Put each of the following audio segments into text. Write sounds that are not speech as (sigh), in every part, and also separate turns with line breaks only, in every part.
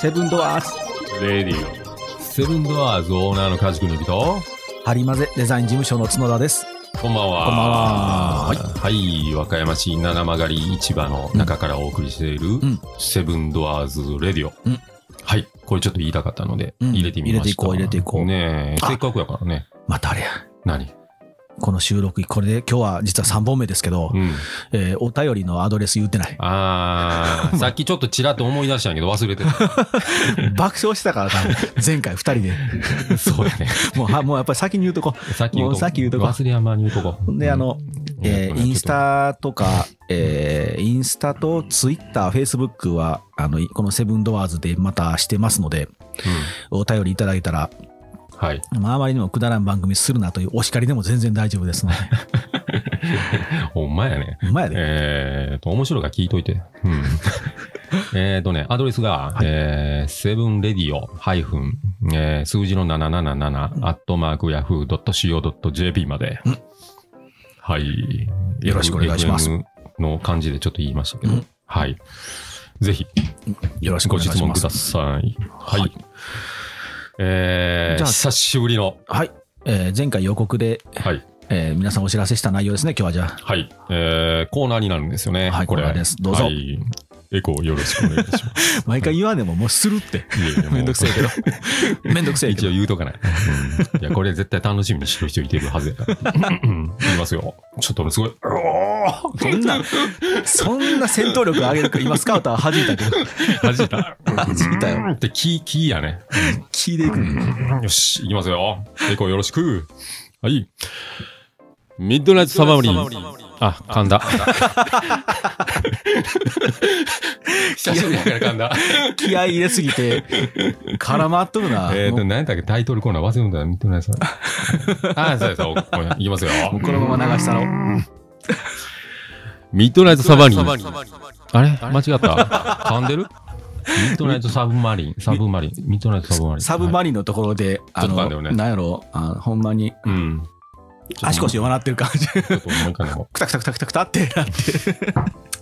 セブンドアーズ
レディオセブンドアーズオーナーの梶邦と
ハリマゼデザイン事務所の角田です
こんばんは
こんばんは
はい、はい和歌山市七曲り市場の中からお送りしている、
ん
セブンドアーズレディオ、
うん
はいこれちょっと言いたかったので、
うん
入れてみました
入れていこう入れていこう
ねえ
あ
せっかくやからね
またあれや
何
この収録これで今日は実は3本目ですけど、
うん
えーお便りのアドレス言ってない
あーさっきちょっとちらっと思い出したんやけど忘れて
(laughs)
た
(laughs) 爆笑してたから多分 (laughs) 前回2人で
そうやね
もうはもうやっぱり先に言うとこ
さっき言うと
もうさっき言うとこ
忘れ山に言うとこ
であの、えーインスタとか、えーインスタとツイッターフェイスブックはあのいこのセブンドアーズでまたしてますのでお便りいただいたら
うんはい
まあ、あまりにもくだらん番組するなというお叱りでも全然大丈夫ですの (laughs) で。
ほんまやね
ほんまやで。
えー、と、面白いから聞いといて。
(laughs)
うん。えーとね、アドレスが、えー、セブンレディオハイフン、えー数字の777、アットマークヤフー .co.jp まで。はい。
よろしくお願いします
FM の感じでちょっと言いましたけど。
うん
はい。ぜひ、
よろしくお
ご
願い
質
し
問
ま
く
す
だ。さい。はい。
はい
え
じ
ー、
ゃあ
久しぶりの、
はい。えー前回予告で、
はい。
えー皆さんお知らせした内容ですね、今日はじゃ
はい。えー、コーナーになるんですよね。
はいコーナーですどうぞ
はい。エコーよろしくお願いします。
あ。毎回言わんでももうするって。
いやいやもう
めんどくせえけ
(laughs)
ど。めんどくせえけ
一
ど
応。言うとかない。うんいや、これ絶対楽しみにしてる人いてるはずやから。 (laughs) うん言いますよ。ちょっと俺すごい。お
そんな、そんな戦闘力上げるか、今スカウター弾いたけど、
ー弾いた。
弾いたよ
うんって、キー、キーやね。
聞いていくね。
うんよし、いきますよ。エコーよろしく。はい。ミッドナイトサマーリー。あ、噛んだ。 (laughs) 久しぶりやから噛 (laughs) んだ。
気合い入れすぎて、絡まっとるな。
えっ
も
と、
う
何やったっけタイトルコーナー忘れんだよ。ミッドナイトサマーリー。 (laughs) あ、そうやそうや。おおいきますよ。
もうこのまま流したの。
ミッドナイトサバリン。あれ間違った。噛んでるミッドナイトサブマリン。サブマリン。ミッドナイトサブマリン。
サブマリンのところで、あ
ちょっと待
の
ってよ、ね
なんやろ、あほんまに
リン。うん。
足腰弱なってる感じ。
ちょっともう一回も。
くたくたくたくたくたってなって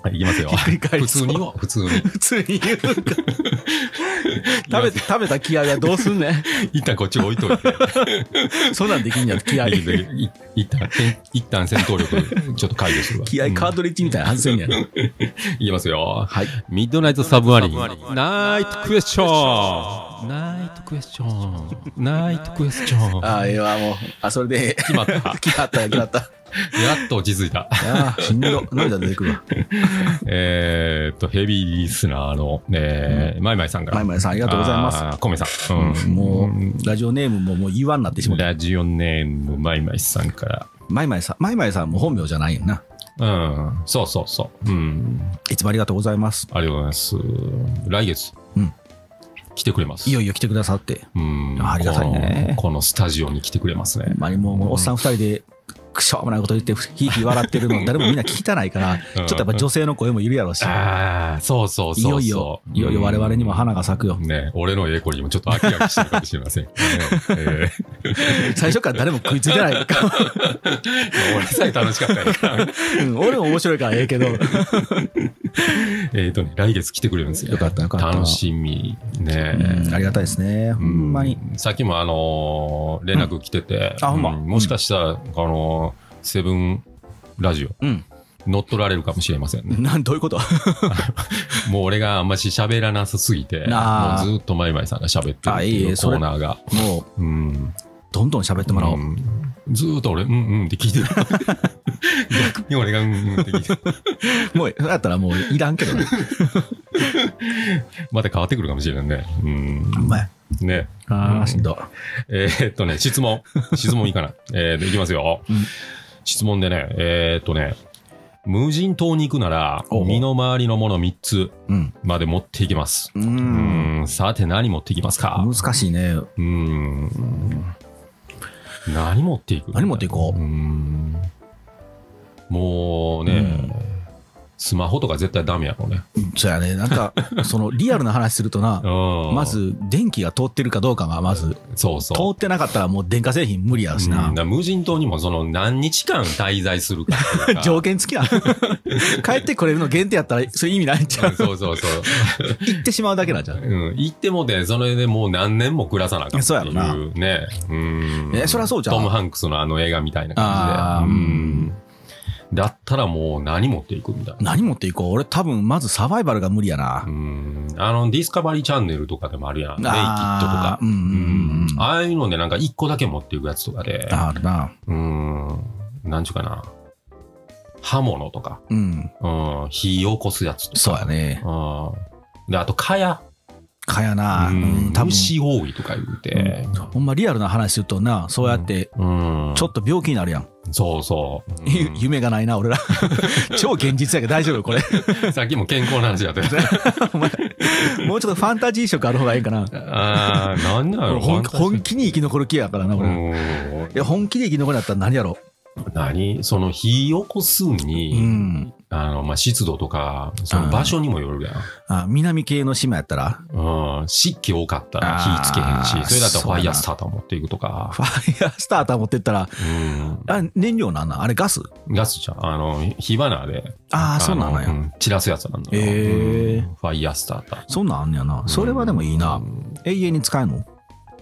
はい、いきますよ。
ひっくり返り
普
そう
通によ。普通に。
普通に言うんか食べて食べた気合がどうすんね
一旦こっち置いといて。
んそんなんできんやろ気合
いいぜい一旦、一旦戦闘力、ちょっと解除する (laughs) わ。
気合カー
うん
トリッジみたいなはずやんやろ
いきますよ。
はい
ミッドナイトサブマリン。ナイトクエスチョン。ナイトクエスチョン。ナイトクエスチ (laughs) ョン。
ああええわもうあそれで
決まった。
(laughs) 決まったよ決まったあ
やっと落ち着いた。
あしんど涙出てくるわ
(laughs) えーっと、ヘビーリスナーの、えー、マイマイさんから。
まいまいさんありがとうございます
す。コメさん。うん
もうラジオネームももう言わんなってしまった
ラジオネーム、マイマイさんか
まいまいさんまいまいさんも本名じゃないよな
ら。うん。そうそうそう。うん。
いつもありがとうございます
ありがとうございます。来月、
うん
来てくれます。
いよいよ来てくださって
うん。
ありがたいね
この。このスタジオに来てくれますね。
まあもうもうおっさん二人でくしょうもないこと言ってひいひい笑ってるの誰もみんな聞きたないからちょっとやっぱ女性の声もいるやろうし
ああ、そうそうそう
い
そ
よ
う。
いよ、いよいよ我々にも花が咲くよ。
ね、俺のエコにもちょっと飽き飽きしてるかもしれません。
(laughs)
ねえ
最初から誰も食いついてない (laughs) か。
ー俺さえ楽しかったやんか
うん俺も面白いからええけ (laughs) ど。
えっとね、来月来てくれるんですよ。
よかったよかった
楽しみ。ね
うんありがたいですね。ほんまに。
さっきもあのー連絡来てて、
うんあほんま
うもしかしたら、あのーセブンラジオ、
うん。
乗っ取られるかもしれませんね。
(laughs) なん、どういうこと
もう俺があんまし喋らなさすぎて、
あー
もうずっとマイマイさんが喋ってるっ
あ
て
いえい
いう
え
コ
それ
ーナーが。
もう、
うん。
どんどん喋ってもらおう。
んずーっと俺、うんうんって聞
(laughs)
いてる。逆に俺がうんうんって聞いてる。
もう、だったらもういらんけどね。
また変わってくるかもしれないね。うん。
ほんまや。
ね。
あ
うん
あ、しんどい。
えーっとね、
(laughs)
質問。質問いいかな。えーっと、いきますよ。
うん
質問でね、えーっとね、無人島に行くなら、
おう
身の回りのもの3つ
うん。
まで持っていきます。
う
うー
ん。
ん、さて何持っていきますか
難しいね。
うーん。何持っていく
何持っていこう
うーん。もうね、
うん
スマホとか絶対ダメやろうね。
そうやね。なんか、 (laughs) そのリアルな話するとな、
うん
ま、ず電気が通ってるかどうかがまず、
そう
通
そう。
ってなかったらもう電化製品無理やろし
うん
な
だ。から無人島にもその何日間滞在するか
(laughs)
というか
条件付きやん。帰ってこれるの限定やったら、それ意味ないんちゃう
そうそうそう。
行ってしまうだけなんじゃん。
うん、行ってもて、それでもう何年も暮らさなあかんってい
そうやろな
うね。うん。
えそりゃそうじゃん
トム・ハンクスのあの映画みたいな
あー
感
う
じで。うん
ん。
だったらもう何持っていくみたいな。
何持っていこう俺多分まずサバイバルが無理や
う
な。
ん。あの、ディスカバリーチャンネルとかでもあるやん。ネイキッドと
あ
か
ー。うんう
うんん
うん。あ
ああいうのでなんか一個だけ持っていくやつとかで。
るな。
うん。なんちゅうかな。刃物とか。
うん。
うん。火起こすやつとか。
そうやね。
うん。で、あと、蚊や。
かやな。
うん。
多分
虫多いとか言うて。
ほんまリアルな話するとな、そうやって、
うん。
ちょっと病気になるやん。
そうそう。
ゆ (laughs) 夢がないな、
(laughs)
俺ら。超現実やけど大丈夫これ。
さっきも健康な
(laughs)
話やったよね。
お前もうちょっとファンタジー色ある方がいいかな。
(laughs) ああ、なんだろ
俺
う。
本本気に生き残る気やからな、俺。い
うん
や、本気で生き残るんやったら何やろ
何その火起こす
う。う
に、
ん。
あの、まあ、湿度とか、その場所にもよるやん。
あ、南系の島やったら (laughs)
うん、湿気多かったら
あー
火つけへんし、それだったらフ
そう
ァ
やな
イヤースターター持っていくとか
フ、ァイアースターター持ってったら、
う
あ燃料なんなんあれガス
ん、ガスじゃん、あの、火花で、
ああ、そうな
の
んや。
ん散らすやつなんだよ、
へー
うんファイヤースターター。
そんなんあんねやな。それはでもいいな。
うん
永遠に使えんの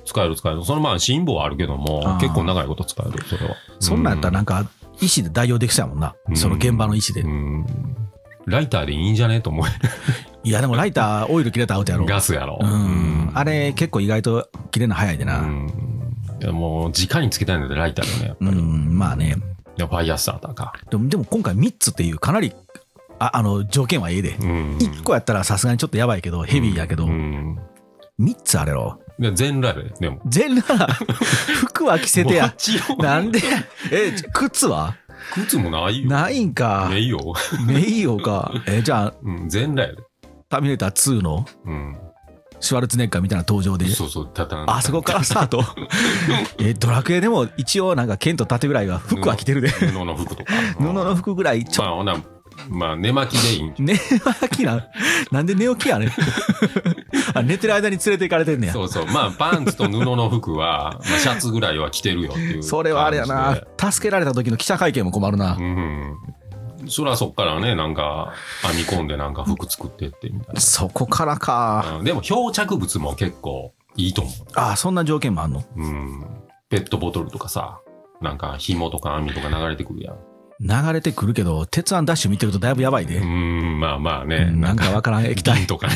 使える使える。そのまあ辛抱はあるけども
あ、ー
結構長いこと使える、それは。
そんなんやったらなんか、医師で代用できそうやもんな。その現場の医師で
う。んライターでいいんじゃねと思う。
いや、でもライター、オイル切れたらアウトやろ。
ガスやろ。
うん。あ
れ
れ、結構意外と切れるの早いでな。
もう、直につけたいのでライターだね。
うん、まあね。
でファイヤースターターか。
でも、でも今回3つっていう、かなり、ああの、条件はええで。
うん
1個やったらさすがにちょっとやばいけど、ヘビーやけど、
うん
3つあれろ。
で全ライブでも。
全裸、
(laughs)
服は着せてや。
一応
なんで、え、靴は
靴もないよ。
ないんか。
ねえよ。
メイヨーか。え、じゃあ、
うん全ライブ。
ターミネーター2の
うん。
シュワルツェネッガーみたいな登場で。
そうそう、たたん。
あそこからスター
(laughs)
ト。え、ドラクエでも一応なんか剣と盾ぐらいは服は着てるで。
布の服とか。
(laughs) 布の服ぐらいち
ま
ょ、
あ、ほな、まあ、寝巻きでい
(laughs)
いん
寝起きな。なんで寝起きやねん
(laughs)
あ寝てる間に連れて行かれてんねや。
そうそう。まあ、パンツと布の服は、まあ、シャツぐらいは着てるよっていう。
それはあれやな。。助けられた時の記者会見も困るな
う。ん。そらそっからね、なんか、編み込んでなんか服作ってってみたい
そこからか。
な。うんでも、漂着物も結構いいと思
ああ、そんな条件もあんの
う。うん。ペットボトルとかさ、なんか紐とか網とか流れてくるやん。
流れてくるけど、鉄腕ダッシュ見てるとだいぶやばいで。
うん、まあまあ
う
ね。
ん (laughs) なんかわからん液体。
とかね。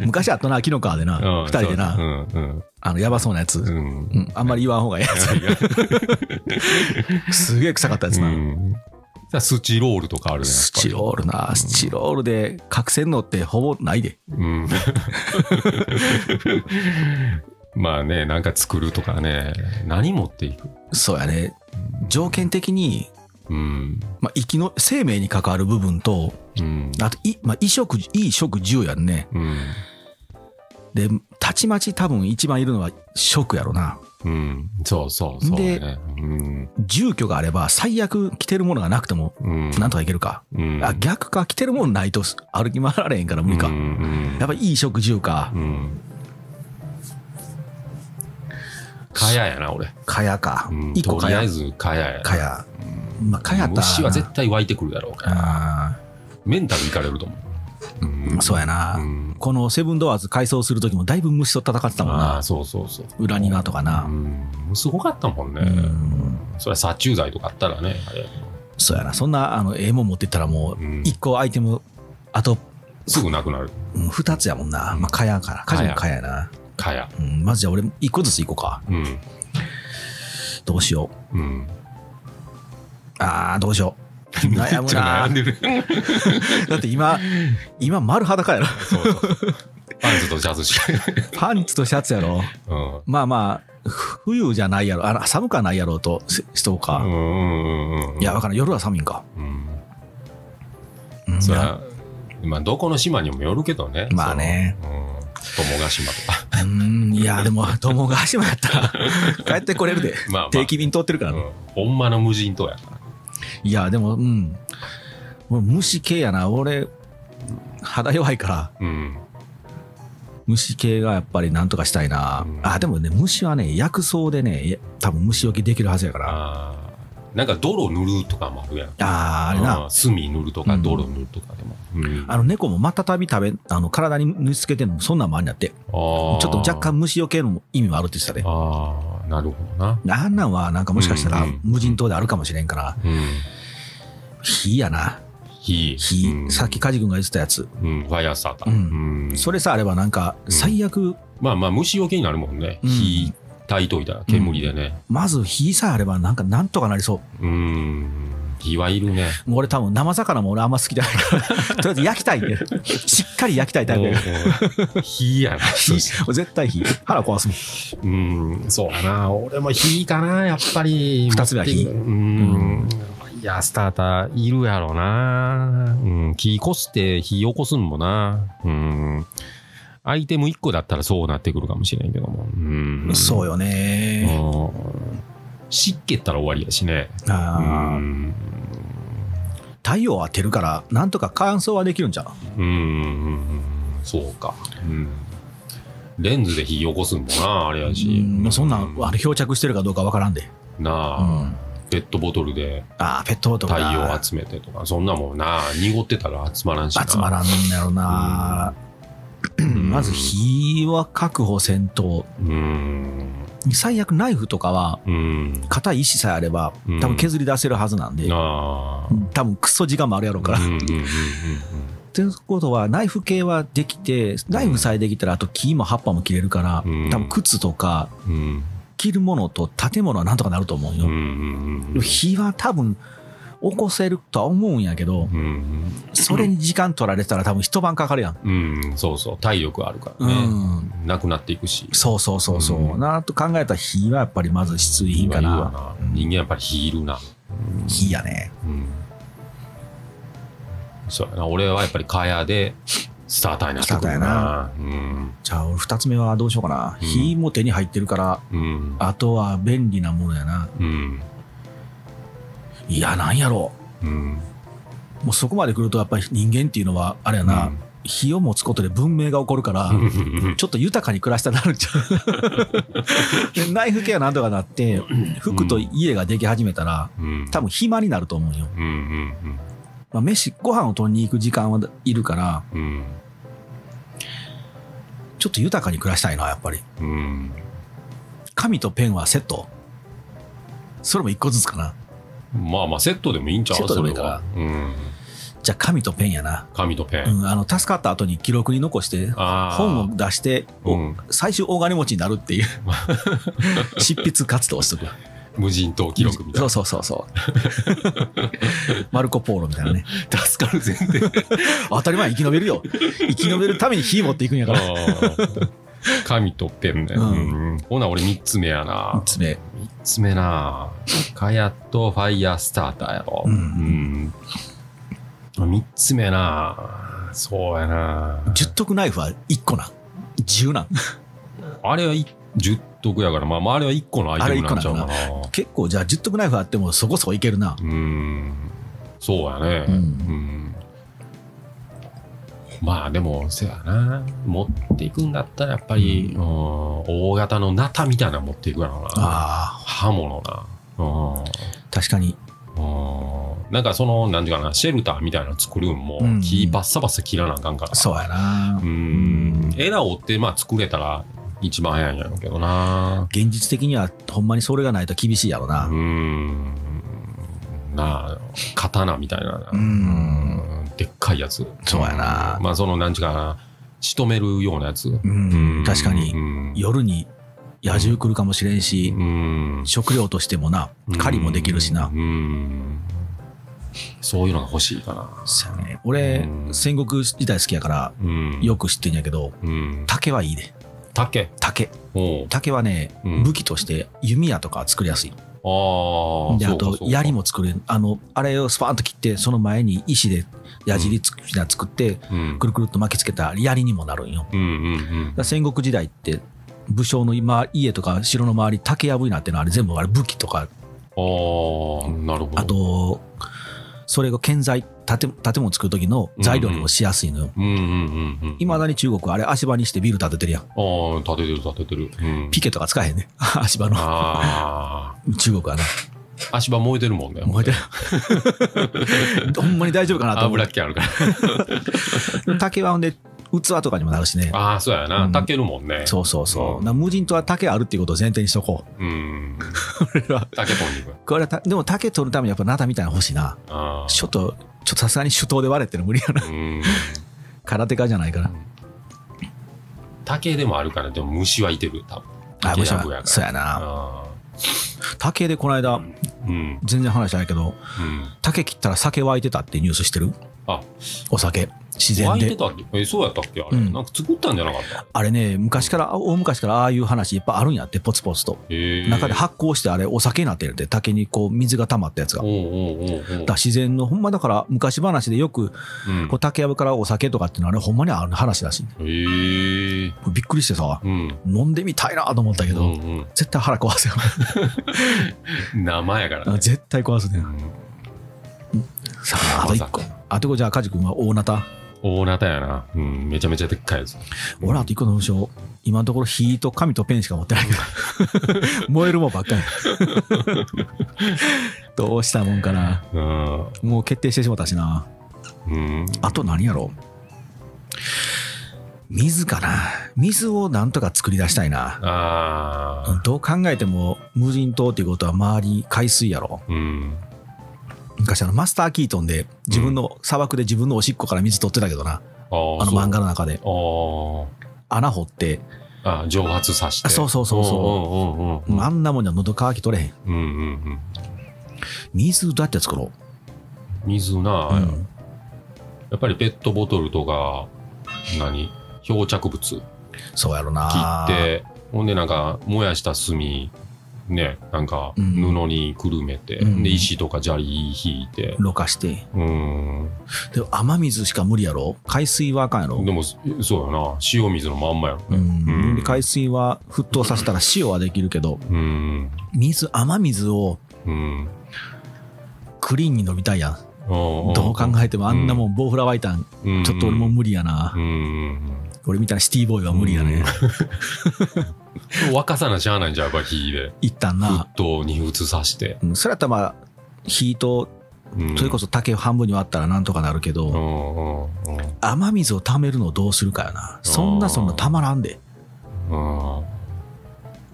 昔あったな、キノカーでな。
うん
二人でな。
うん、
あの、やばそうなやつ。
うん、うん。
うん、あんまり言わん方がいいや
いやいや
つ。 (laughs) すげえ臭かったやつな。
うんさスチロールとかあるね。やっぱり
スチロールな、スチロールで隠せんのってほぼないで。
うん。 (laughs) まあね、なんか作るとかね、何持っていく
そうやね。条件的に、
うん。
まあ、生きの、生命に関わる部分と、
うん。
あと、い、まあ、衣食、衣食住やんね。
うん。
で、たちまち多分一番いるのは食やろな。
うん。そうそうそう、
で
ね。うん。
住居があれば、最悪着てるものがなくても、
うん。
なんとかいけるか。
うん、
あ、逆か、着てるものないと歩き回られへんから無理か。
うんうん
やっぱ衣食住か
う、ん。かややな、俺。
かやか
う。ん
一個
と
か
りあ
や
え。ずかやや。
かや。まあ、かやったらな。
虫は絶対湧いてくるやろうから。
あ
メンタルいかれると思う。う
ーそうやな。
うん
このセブンドアーズ改装するときもだいぶ虫と戦ってたもん
あ
な
あ、。そうそうそう。
裏庭とか
う
な。
ん。すごかったもんね。
うん。
それは殺虫剤とかあったらね、あれ
そうやな。そんな、あの、ええもん持ってったらもう
うん、
一個アイテム、あと、
すぐなくなる。
うん二つやもんな。まあ、かやから。か
蚊帳
じもかややな。
かや。
うん。まずじゃあ俺、一個ずつ行こうか。
うん。
どうしよう。
うん。
ああ、どうしよう。悩
(laughs) めっ
む
ちゃ
な
悩ん。でる。 (laughs)
だって今、今、丸裸やろ。
そうそうそう。パンツとジャズしか。
パンツとシャツやろ。
うん。
まあまあ、ふ冬じゃないやろ。あら寒くはないやろうとししとう
う
か。
んうんうんうん。
いや、わからん。夜は寒いんか。
うん。
うん
そりゃ、まあ、どこの島にもよるけどね。
まあね
その。うん。友ヶ島とか。
うーん、いや、でも、友ヶ島やった
(laughs)
ら、帰ってこれるで。
まあまあ
定期便通ってるから、
うん。ほんまの無人島やから。
いや、でも、うん。もう虫系やな。俺、肌弱いから、
うん。
虫系がやっぱりなんとかしたいな。
うん
あ、でもね、虫はね、薬草でね、多分虫除けできるはずやから。あ
あーなんか泥塗るとかもあるやん。
あー、あれな。
うん炭塗るとか、
うん
泥塗るとかでも。うん
あの猫もまたたび食べ、あの体に縫い付けてるのもそんなんもあんやって。ちょっと若。
あー
干虫除けの意味もあるって言ってたで。
あー、なるほどな。
あんなんはなんかもしかしたら
うん
無人島であるかもしれんから、
うん。
火やな。
火。
火。
うん
さっきカジ君が言ってたやつ。
うん、ファイアースターター。
うん
うん
それさえあればなんか
うん
最悪、
まあまあ、虫除けになるもんね。
うん
火炊いといたら、煙でね。
まず火さえあればなんかなんとかなりそう。
うん、火はいるね。
もう俺多分生魚も俺あんま好きじゃないから、
(laughs)
とりあえず焼きたいね。しっかり焼きたいタイプやから
おう火
(laughs)
やな。
火、絶対火。腹壊すもん。
うん、そうやな。俺も火かな、やっぱり。
二つ目は火
うん。いや、スターターいるやろな。うん、火こして火起こすんもな。うん。アイテム1個だったらそうなってくるかもしれんけども。うん。
そうよね。
うん湿気ったら終わりやしね。
あー
うん
太陽を当てるから、なんとか乾燥はできるんじゃん。
うんうんうん、そうか。うん。レンズで火起こすんもな、あれやし。
うんもうそんな、
うん
あれ漂着してるかどうかわからんで。
な
う
あ、
ん
ペットボトルで
ああ、ペットボトル
太
だ
陽集めてとか、そんなもんな、濁ってたら集まらんしな。
集まらんのやろな。まず火は確保せんと、
うん。
最悪ナイフとかは、
うん。
硬い石さえあれば、
うん
多分削り出せるはずなんで、
なあ。
多分クソ時間もあるやろうから。
う
っ
んうんうんうんうん
ていうことは、ナイフ系はできて、ナイフさえできたら、あと木も葉っぱも切れるから、
うん
多分靴とか、
うん
着るものと建物はなんとかなると思う
うんう
よ。
んうん
火は多分、起こせるとは思うんやけど、
うん
それに時間取られたら多分一晩かかるやん。
うんそうそう体力あるから
う
ね、
ん。
なくなっていくし
そうそうそうそう。
うん
なあと考えたら火はやっぱりまず必需品か
いいわ
な。
な人間やっぱり火いるな
火やね。
うんそうやな俺はやっぱり蚊帳でスターターになってくるなうん
じゃあ俺二つ目はどうしようかな。
うん
火も手に入ってるから、
うん
あとは便利なものやな。
うん
いや、なんやろ
うん
う。もうそこまで来るとやっぱり人間っていうのはあれやな、火を持つことで文明が起こるから、
うん
ちょっと豊かに暮らしたなるんちゃ
(laughs)
うでナイフ系はなんとかなって、服と家ができ始めたら、
うん
多分暇になると思うよ。
うんうん
まあ、飯、ご飯を取りに行く時間はいるから、
うん
ちょっと豊かに暮らしたいな、やっぱり。
うん
紙とペンはセットそれも一個ずつかな。
まあまあセットでもいいんちゃう
セットで
そ
もい
れ
いか
は
な
うん
じゃあ紙とペンやな。
紙とペン
うん、あの、助かった後に記録に残して、
ああ
本を出して、お
うん
最終大金持ちになるって
(laughs)
いう執筆活動をしとく
無人島記録みたいな
そうそうそうそう (laughs) マルコ・ポーロみたいなね
助かる前提
当たり前生き延びるよ生き延びるために火持っていくんや
(laughs)
から
紙とペンね
う
うんほな俺3つ目やな
3つ目
三つ目なカヤとファイヤースターターやろ。
う
うん。三つ目なそうやな
十徳ナイフは1個なん10なん
あれは十徳やから、まあ、まあ、あれは一個のアイテムなんちゃうかな。
結構じゃあ十徳ナイフあってもそこそこいけるな
うん。そうやね。
う
うんん。まあでも、せやな。持っていくんだったら、やっぱり、うん、大型のナタみたいなの持っていくやろな。
あ
刃物な。うん。
あ確かに
うんなんかその、なんていうかな、シェルターみたいなの作るんも
うん、
木バッサバッサ切らなあかんから。
そうやな
うん。枝を折って、まあ作れたら一番早いんやろうけどな。
現実的にはほんまにそれがないと厳しいやろ
う
な、
ん。なあ、刀みたいな。
うん
でっかいやつ。
そうやな
まあその、なんていうかな、仕留めるようなやつ。
うん
うん
確かに
うん
夜に野獣来るかもしれんし、
うん。
食料としてもな狩りもできるしな、
うん。そういうのが欲しいかな。
そうやね俺
うん
戦国時代好きやから
うん。
よく知ってんやけど
うん。
竹はいいで
竹。
竹
おう
竹はね、
うん
武器として弓矢とかは作りやすい
ああ。
であ
そう
と
かそうか
槍。も作れるあのあれをスパーンと切ってその前に石で矢尻つくひな作って
うん。
くるくるっと巻きつけた槍にもなるんよだか
うんうん
ら戦国時代って武将の今家とか城の周り竹やぶになってるのあれ全部あれ武器とか
うん。ああ、なるほど。
あとそれが建材建て建物作る時の材料にもしやすいのよ
うんうんうんうん。
いま、未だに中国はあれ足場にしてビル建ててるやん
ああ、立ててる立ててる。うん、
ピケとか使えへんね (laughs) 足場の
あ
中国はな
あ、足場燃えてるもんね。
(laughs) 燃えてるほんまに大丈夫かなと思
油っ気あるから。
う竹はほんで器とかにもなるしね
ああ、そうやな。
うん
炊けるもんね。
そうそうそう、
うん
な無人島は竹あるっていうことを前提にしとこう
う。うん。 (laughs)
これは
炊け込んでいく。
これはたでも竹取るためにやっぱナタみたいなの欲しいな
あ
ちょっとちょっとさすがに手刀で割れてるの無理やな
あ。うん。
(laughs) 空手家じゃないから
竹でもあるから、でも虫はいてる、多分。
あ
竹
無理や
尺やから
なそうやな
あ
竹でこの間
あ。うん。
全然話じゃないけど
うん。
竹切ったら酒湧いてたってニュースしてる
あ、
お酒自然
湧いて
で
たっけえ、そうやったっけあれ。
うん
なんか作ったんじゃなかった
あれね昔から大昔からああいう話いっぱいあるんやってポツポツと
へえ
中で発酵してあれお酒になってるって竹にこう水が溜まったやつが
おうおうおうおう
だから自然のほんまだから昔話でよく
うん
こう竹やぶからお酒とかっていうのはあれほんまにある話らしい
へえ
びっくりしてさ
うん
飲んでみたいなと思ったけ
う
ど、
ん
絶対腹壊すよ
(laughs) うん生やからね
絶対壊すね
うん
さああと一個あと一個じゃあカジ君は大なた
大なたやなうんめちゃめちゃでっかいやつ
俺はあと一個の文章今のところ火と紙とペンしか持ってないけ
(laughs)
ど燃えるもんばっかりどうしたもんかな
うん
もう決定してしまったしな
うん
あと何やろ水かな水をなんとか作り出したいな
あ
う
あ
んどう考えても無人島っていうことは周り海水やろ
うん
昔あのマスター・キートンで自分の砂漠で自分のおしっこから水取ってたけどな、あ
ああ
の漫画の中で
画
穴掘って
あああ蒸発させて
あそうそうそう
そうんうんうんうん
あんなもんじゃ喉乾き取れへん
うんうんうん
水どうやって作ろ
水な
う、うん
やっぱりペットボトルとか何漂着物
そうやろな
切ってほんでなんか燃やした炭ねなんか布
うん
にくるめて、
うん
で石とか砂利引いて
ろ過して
うん
でも雨水しか無理やろ海水はあかんやろ
でもそうやな塩水のまんまやろ
う
ねうん
んで海水は沸騰させたら塩はできるけど
うん
水雨水を
うん
クリーンに飲みたいやん
ど
どう考えてもあんなもんボウフラ湧いたん
え
ちょっと俺も無理や
う
なん
うん
俺みたいなシティボーイは無理やね
沸かさなしゃあないんじゃうやっぱ火で
一旦な
沸騰に移さして
うんそれやったらまあ火とそれこそ
そ
竹を半分に割ったらなんとかなるけ
う
ど
んうんうん
雨水を溜めるのをどうするかよなそんなそんなたまらんで
うん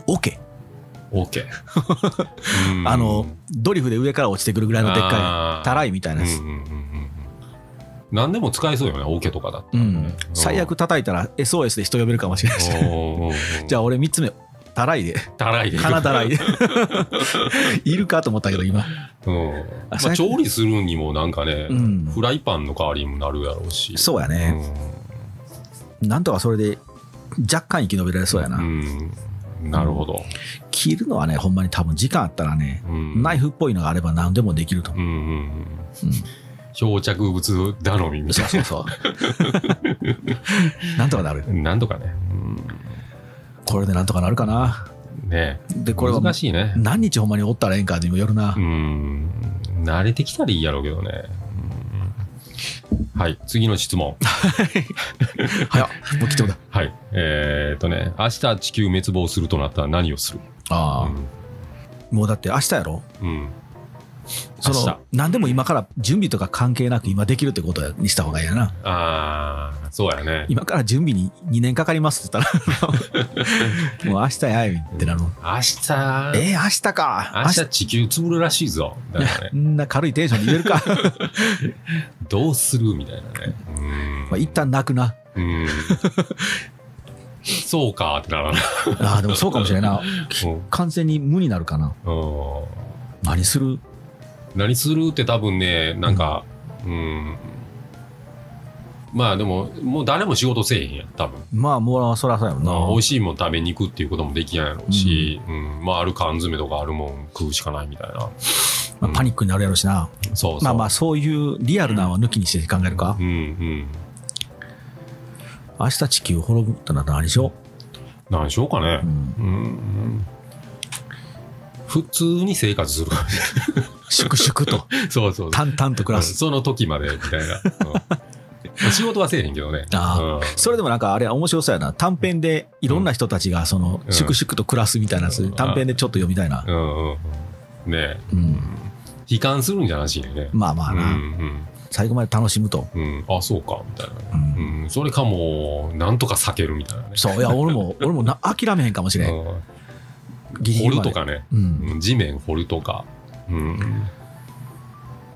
オケ
OK うん
あのドリフで上から落ちてくるぐらいのでっか
あ
い
ー
たらいみたいなやつ
うんうんうんうん何でも使えそうよね、オケと
(laughs)
かだった
う
らね、
ん最悪叩いたら SOS で人呼べるかもしれないし
おー。
じ
じゃ
ゃあ俺3つ目たらいで
あ、たらいで。
鼻たらいでいるかと思ったけど今
うん。ま
(laughs) あ
あ、調理するにもなんかね、
うん
フライパンの代わりにもなるやろうし。
そうや
う
ね、なんとかそれで若干生き延びられそうやな、
ん。うん。なるほど。
切るのはねほんまに多分時間あったらね、
うん
ナイ
い。
フっぽいのがあれば何でもできると思
うんうんうん。
う、うん
漂着物頼みみた
そ
いう
そうそう (laughs) なんとかなる
な。なんとかね。
これでなんとかなるかな
うん、ね
でこれは
難しいね。
何日ほんまにおったらええんかにもよるな、
うん。慣れてきたらいいやろうけどね。うんはい。次の質問。
早っもう来てもだ
はい。えー、っとね、明日地球滅亡するとなったら何をする
ああ、もうだって明日やろ
うん。
そ
明
の
日
何でも今から準備とか関係なく今できるってことにした方がいいやな
ああ、そうやね。
今から準備に2年かかりますって言った
(laughs)
らもう明日やいってなるの
明日、
えー、明日か
明日地球潰るらしいぞ。だからね
そんな軽いテンションで言えるか
(laughs) どうするみたいなね。
まあ一旦泣くな
うん。うん。そうかってならない。
あーでもそうかもしれないな
うん
完全に無になるかな
うん
何する
何するって多分ね、なんか、うん。まあでも、もう誰も仕事せえへんやん、多分。
まあもうそらそうやろな、
まあ、美味しいもん食べに行くっていうこともできないやろうし、うんまあ、ある缶詰とかあるもん食うしかないみたいな。
まあ、パニックになるやろしな、
そうそう。
まあまあそういうリアルなのは抜きにして考えるか、
うんうん。
明日地球滅ぶってなったら何しよ
何しようかね
う、う。ん
うん。普通に生活する。
粛々と、
そうそうそう。
淡々と暮らす。
その時まで、みたいな。うん仕事はせえへんけどね。
あー
うん
それでもなんかあれ面白そうやな。短編でいろんな人たちがその
うん
粛々と暮らすみたいなやつ、
うん
短編でちょっと読みたいな。
うんうんうん。ね
う。
え。うんん悲観するんじゃなしにね。
まあまあ
うん
な、最後まで楽しむと。
うんうん。あ、そうか、みたいなね。
うん
うん。それかも、なんとか避けるみたいなね。
そう、い
(laughs)
や、俺も、俺もな諦めへんかもしれん。
うん
ギリギリ
掘る
まで
と。かね。
うん。
うん地面掘るとか。うん。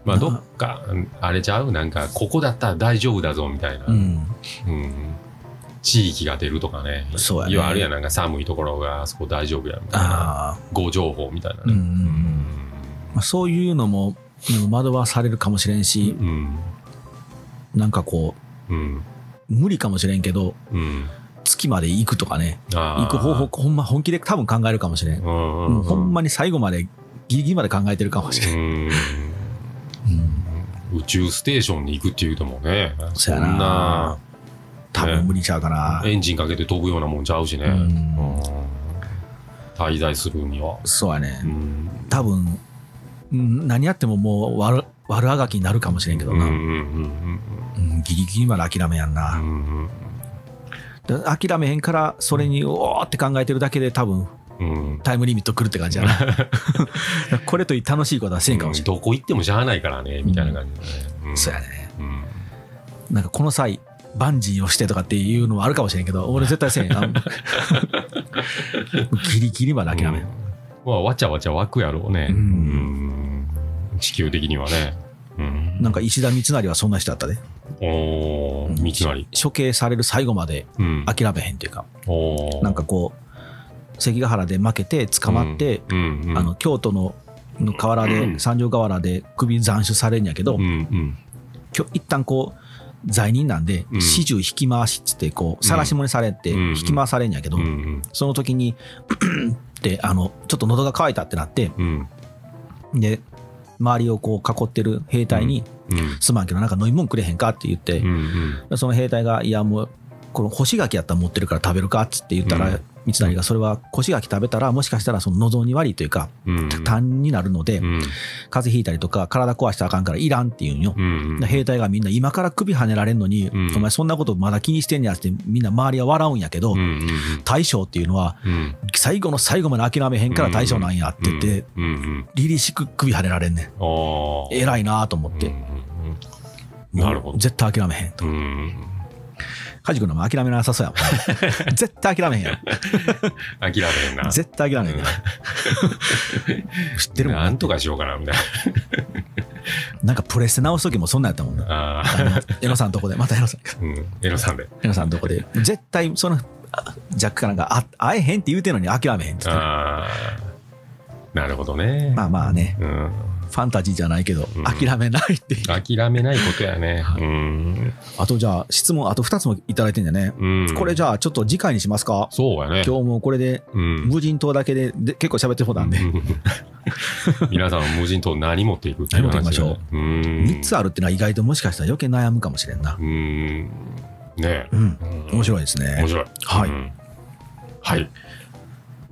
まあ、どっか、あれちゃうなんか、ここだったら大丈夫だぞ、みたいな。
うん。
うん地域が出るとかね。
そうやね
いわゆるやんなんか寒いところが、あそこ大丈夫や、みたいな。
ああ、
誤情報みたいな
うんうんう
ね。
ん。まあ、そういうのも、でも惑わされるかもしれんし、
うん。
なんかこ
うん。
う、無理かもしれんけど、
うん。
月まで行くとかね、
行
行く方法、ほんま本気で多分考えるかもしれん。
うん
もうほん
ま
まに最後まで、ギリギリまで考えてるかもしれん。うん、
宇宙ステーションに行くっていうともね、
そ
そ
や
ん
な
な
多分無理ちゃうかな。
エンジンかけて飛ぶようなもんちゃうしね、
うん
うん滞在するには。
そうやね
う。ん
多分、うん何やってももう悪悪あがきになるかもしれんけど
うん
な。
う
うん
んうん
ギリギリまで諦めやん
う
な。
ん
で諦めへんから、それにおーって考えてるだけで多分
うんうん
タイムリミット来るって感じやな。だから
(laughs)
これといい楽しいことはせんかもしれん。
どこ行ってもしゃあないからねみたいな感じでね。
そうやね。
うん
なんかこの際、バンジーをしてとかっていうのはあるかもしれんけど、俺絶対せんや
(laughs)
ん。ギリギリまで諦め。
うんまあ、わちゃわちゃ湧くやろうね、
うん
うん地球的にはね、うん、
なんか石田三成はそんな人だったで。
おー道なり、
処刑される最後まで
うん、
諦めへんというか。
おー
なんかこう関ヶ原で負けて捕まって、、
うんうん
あの京都のの河原で、
うん
三条河原で首斬首されんやけど、
うんうん
きょ一旦こう罪人なんで
うん
始終引き回しっつってこう
ん
晒し者にされて
うん
引き回されんやけど、
うんうん
その時に (clears throat) であのちょっと喉が渇いたってなって
うん
で周りをこう囲ってる兵隊に
うん
「すまんけどなんか飲み物くれへんか?」って言って、
うんうん
その兵隊が「いやもうこの干し柿やったら持ってるから食べるか」っつって言ったら、
うん
三成が「それは干し柿食べたらもしかしたらその喉に悪いというか
うん
痰になるので、
うん
風邪ひいたりとか体壊したらあかんからいらん」って言うんよ。
うんうん
兵隊がみんな今から首跳ねられんのに、
うん
お前そんなことまだ気にしてんやつってみんな周りは笑うんやけど、
うんうん
大将っていうのは
うん
最後の最後まで諦めへんから大将なんやって言って、
うんうん
凛々しく首跳ねられんねん
あー
偉いなと思って、
うんうんなるほど
絶対諦めへんと
うんうん
梶君のも諦めなさそうや
(laughs)
もん絶対諦めへんやん
諦めへんな
絶対諦めない。知ってるもん
なんとかしようかなみたい
なんかプレステ直す時もそんなんやったもんな。
なあ
あのエロさんとこで、またエロさんか。
ーうんエロさんで
エロさんとこで、絶対その、あジャックかなんかあ会えへんって言うてんのに諦めへんって言って
ああなるほどね、
まあまあね、
うん、
ファンタジーじゃないけど
うん、
諦めないっていう。
諦めないことやね、うん
あとじゃあ、質問、あと2つもいただいてんだよね。
うん、
これじゃあ、ちょっと次回にしますか。
そうやね
今日もうこれで、
うん
無人島だけでで結構喋ってほたんで、
うん皆さん無人島何持っていくっていう話
何持っていきましょ
ううん
3つあるってのは意外ともしかしたら余計悩むかもしれんな
う。んねえ
うん、面
い
白いですね
面。白い
はい
うんはい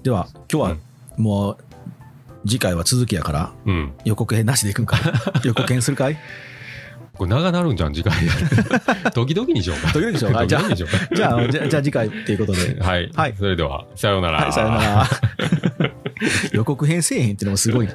では、今日はもう、次回は続きやから、
うん
予告編なしでいくんか予告編するかい
これ長なるんじゃん次
(laughs)
回時々にしようか
時々にしようか
時々にしようか
じゃあじゃあじゃあ次回っていうこと
(laughs)
で
はい、
はい
それではさようなら
はい (laughs) さよなら予告編せえへんっていうのもすごいな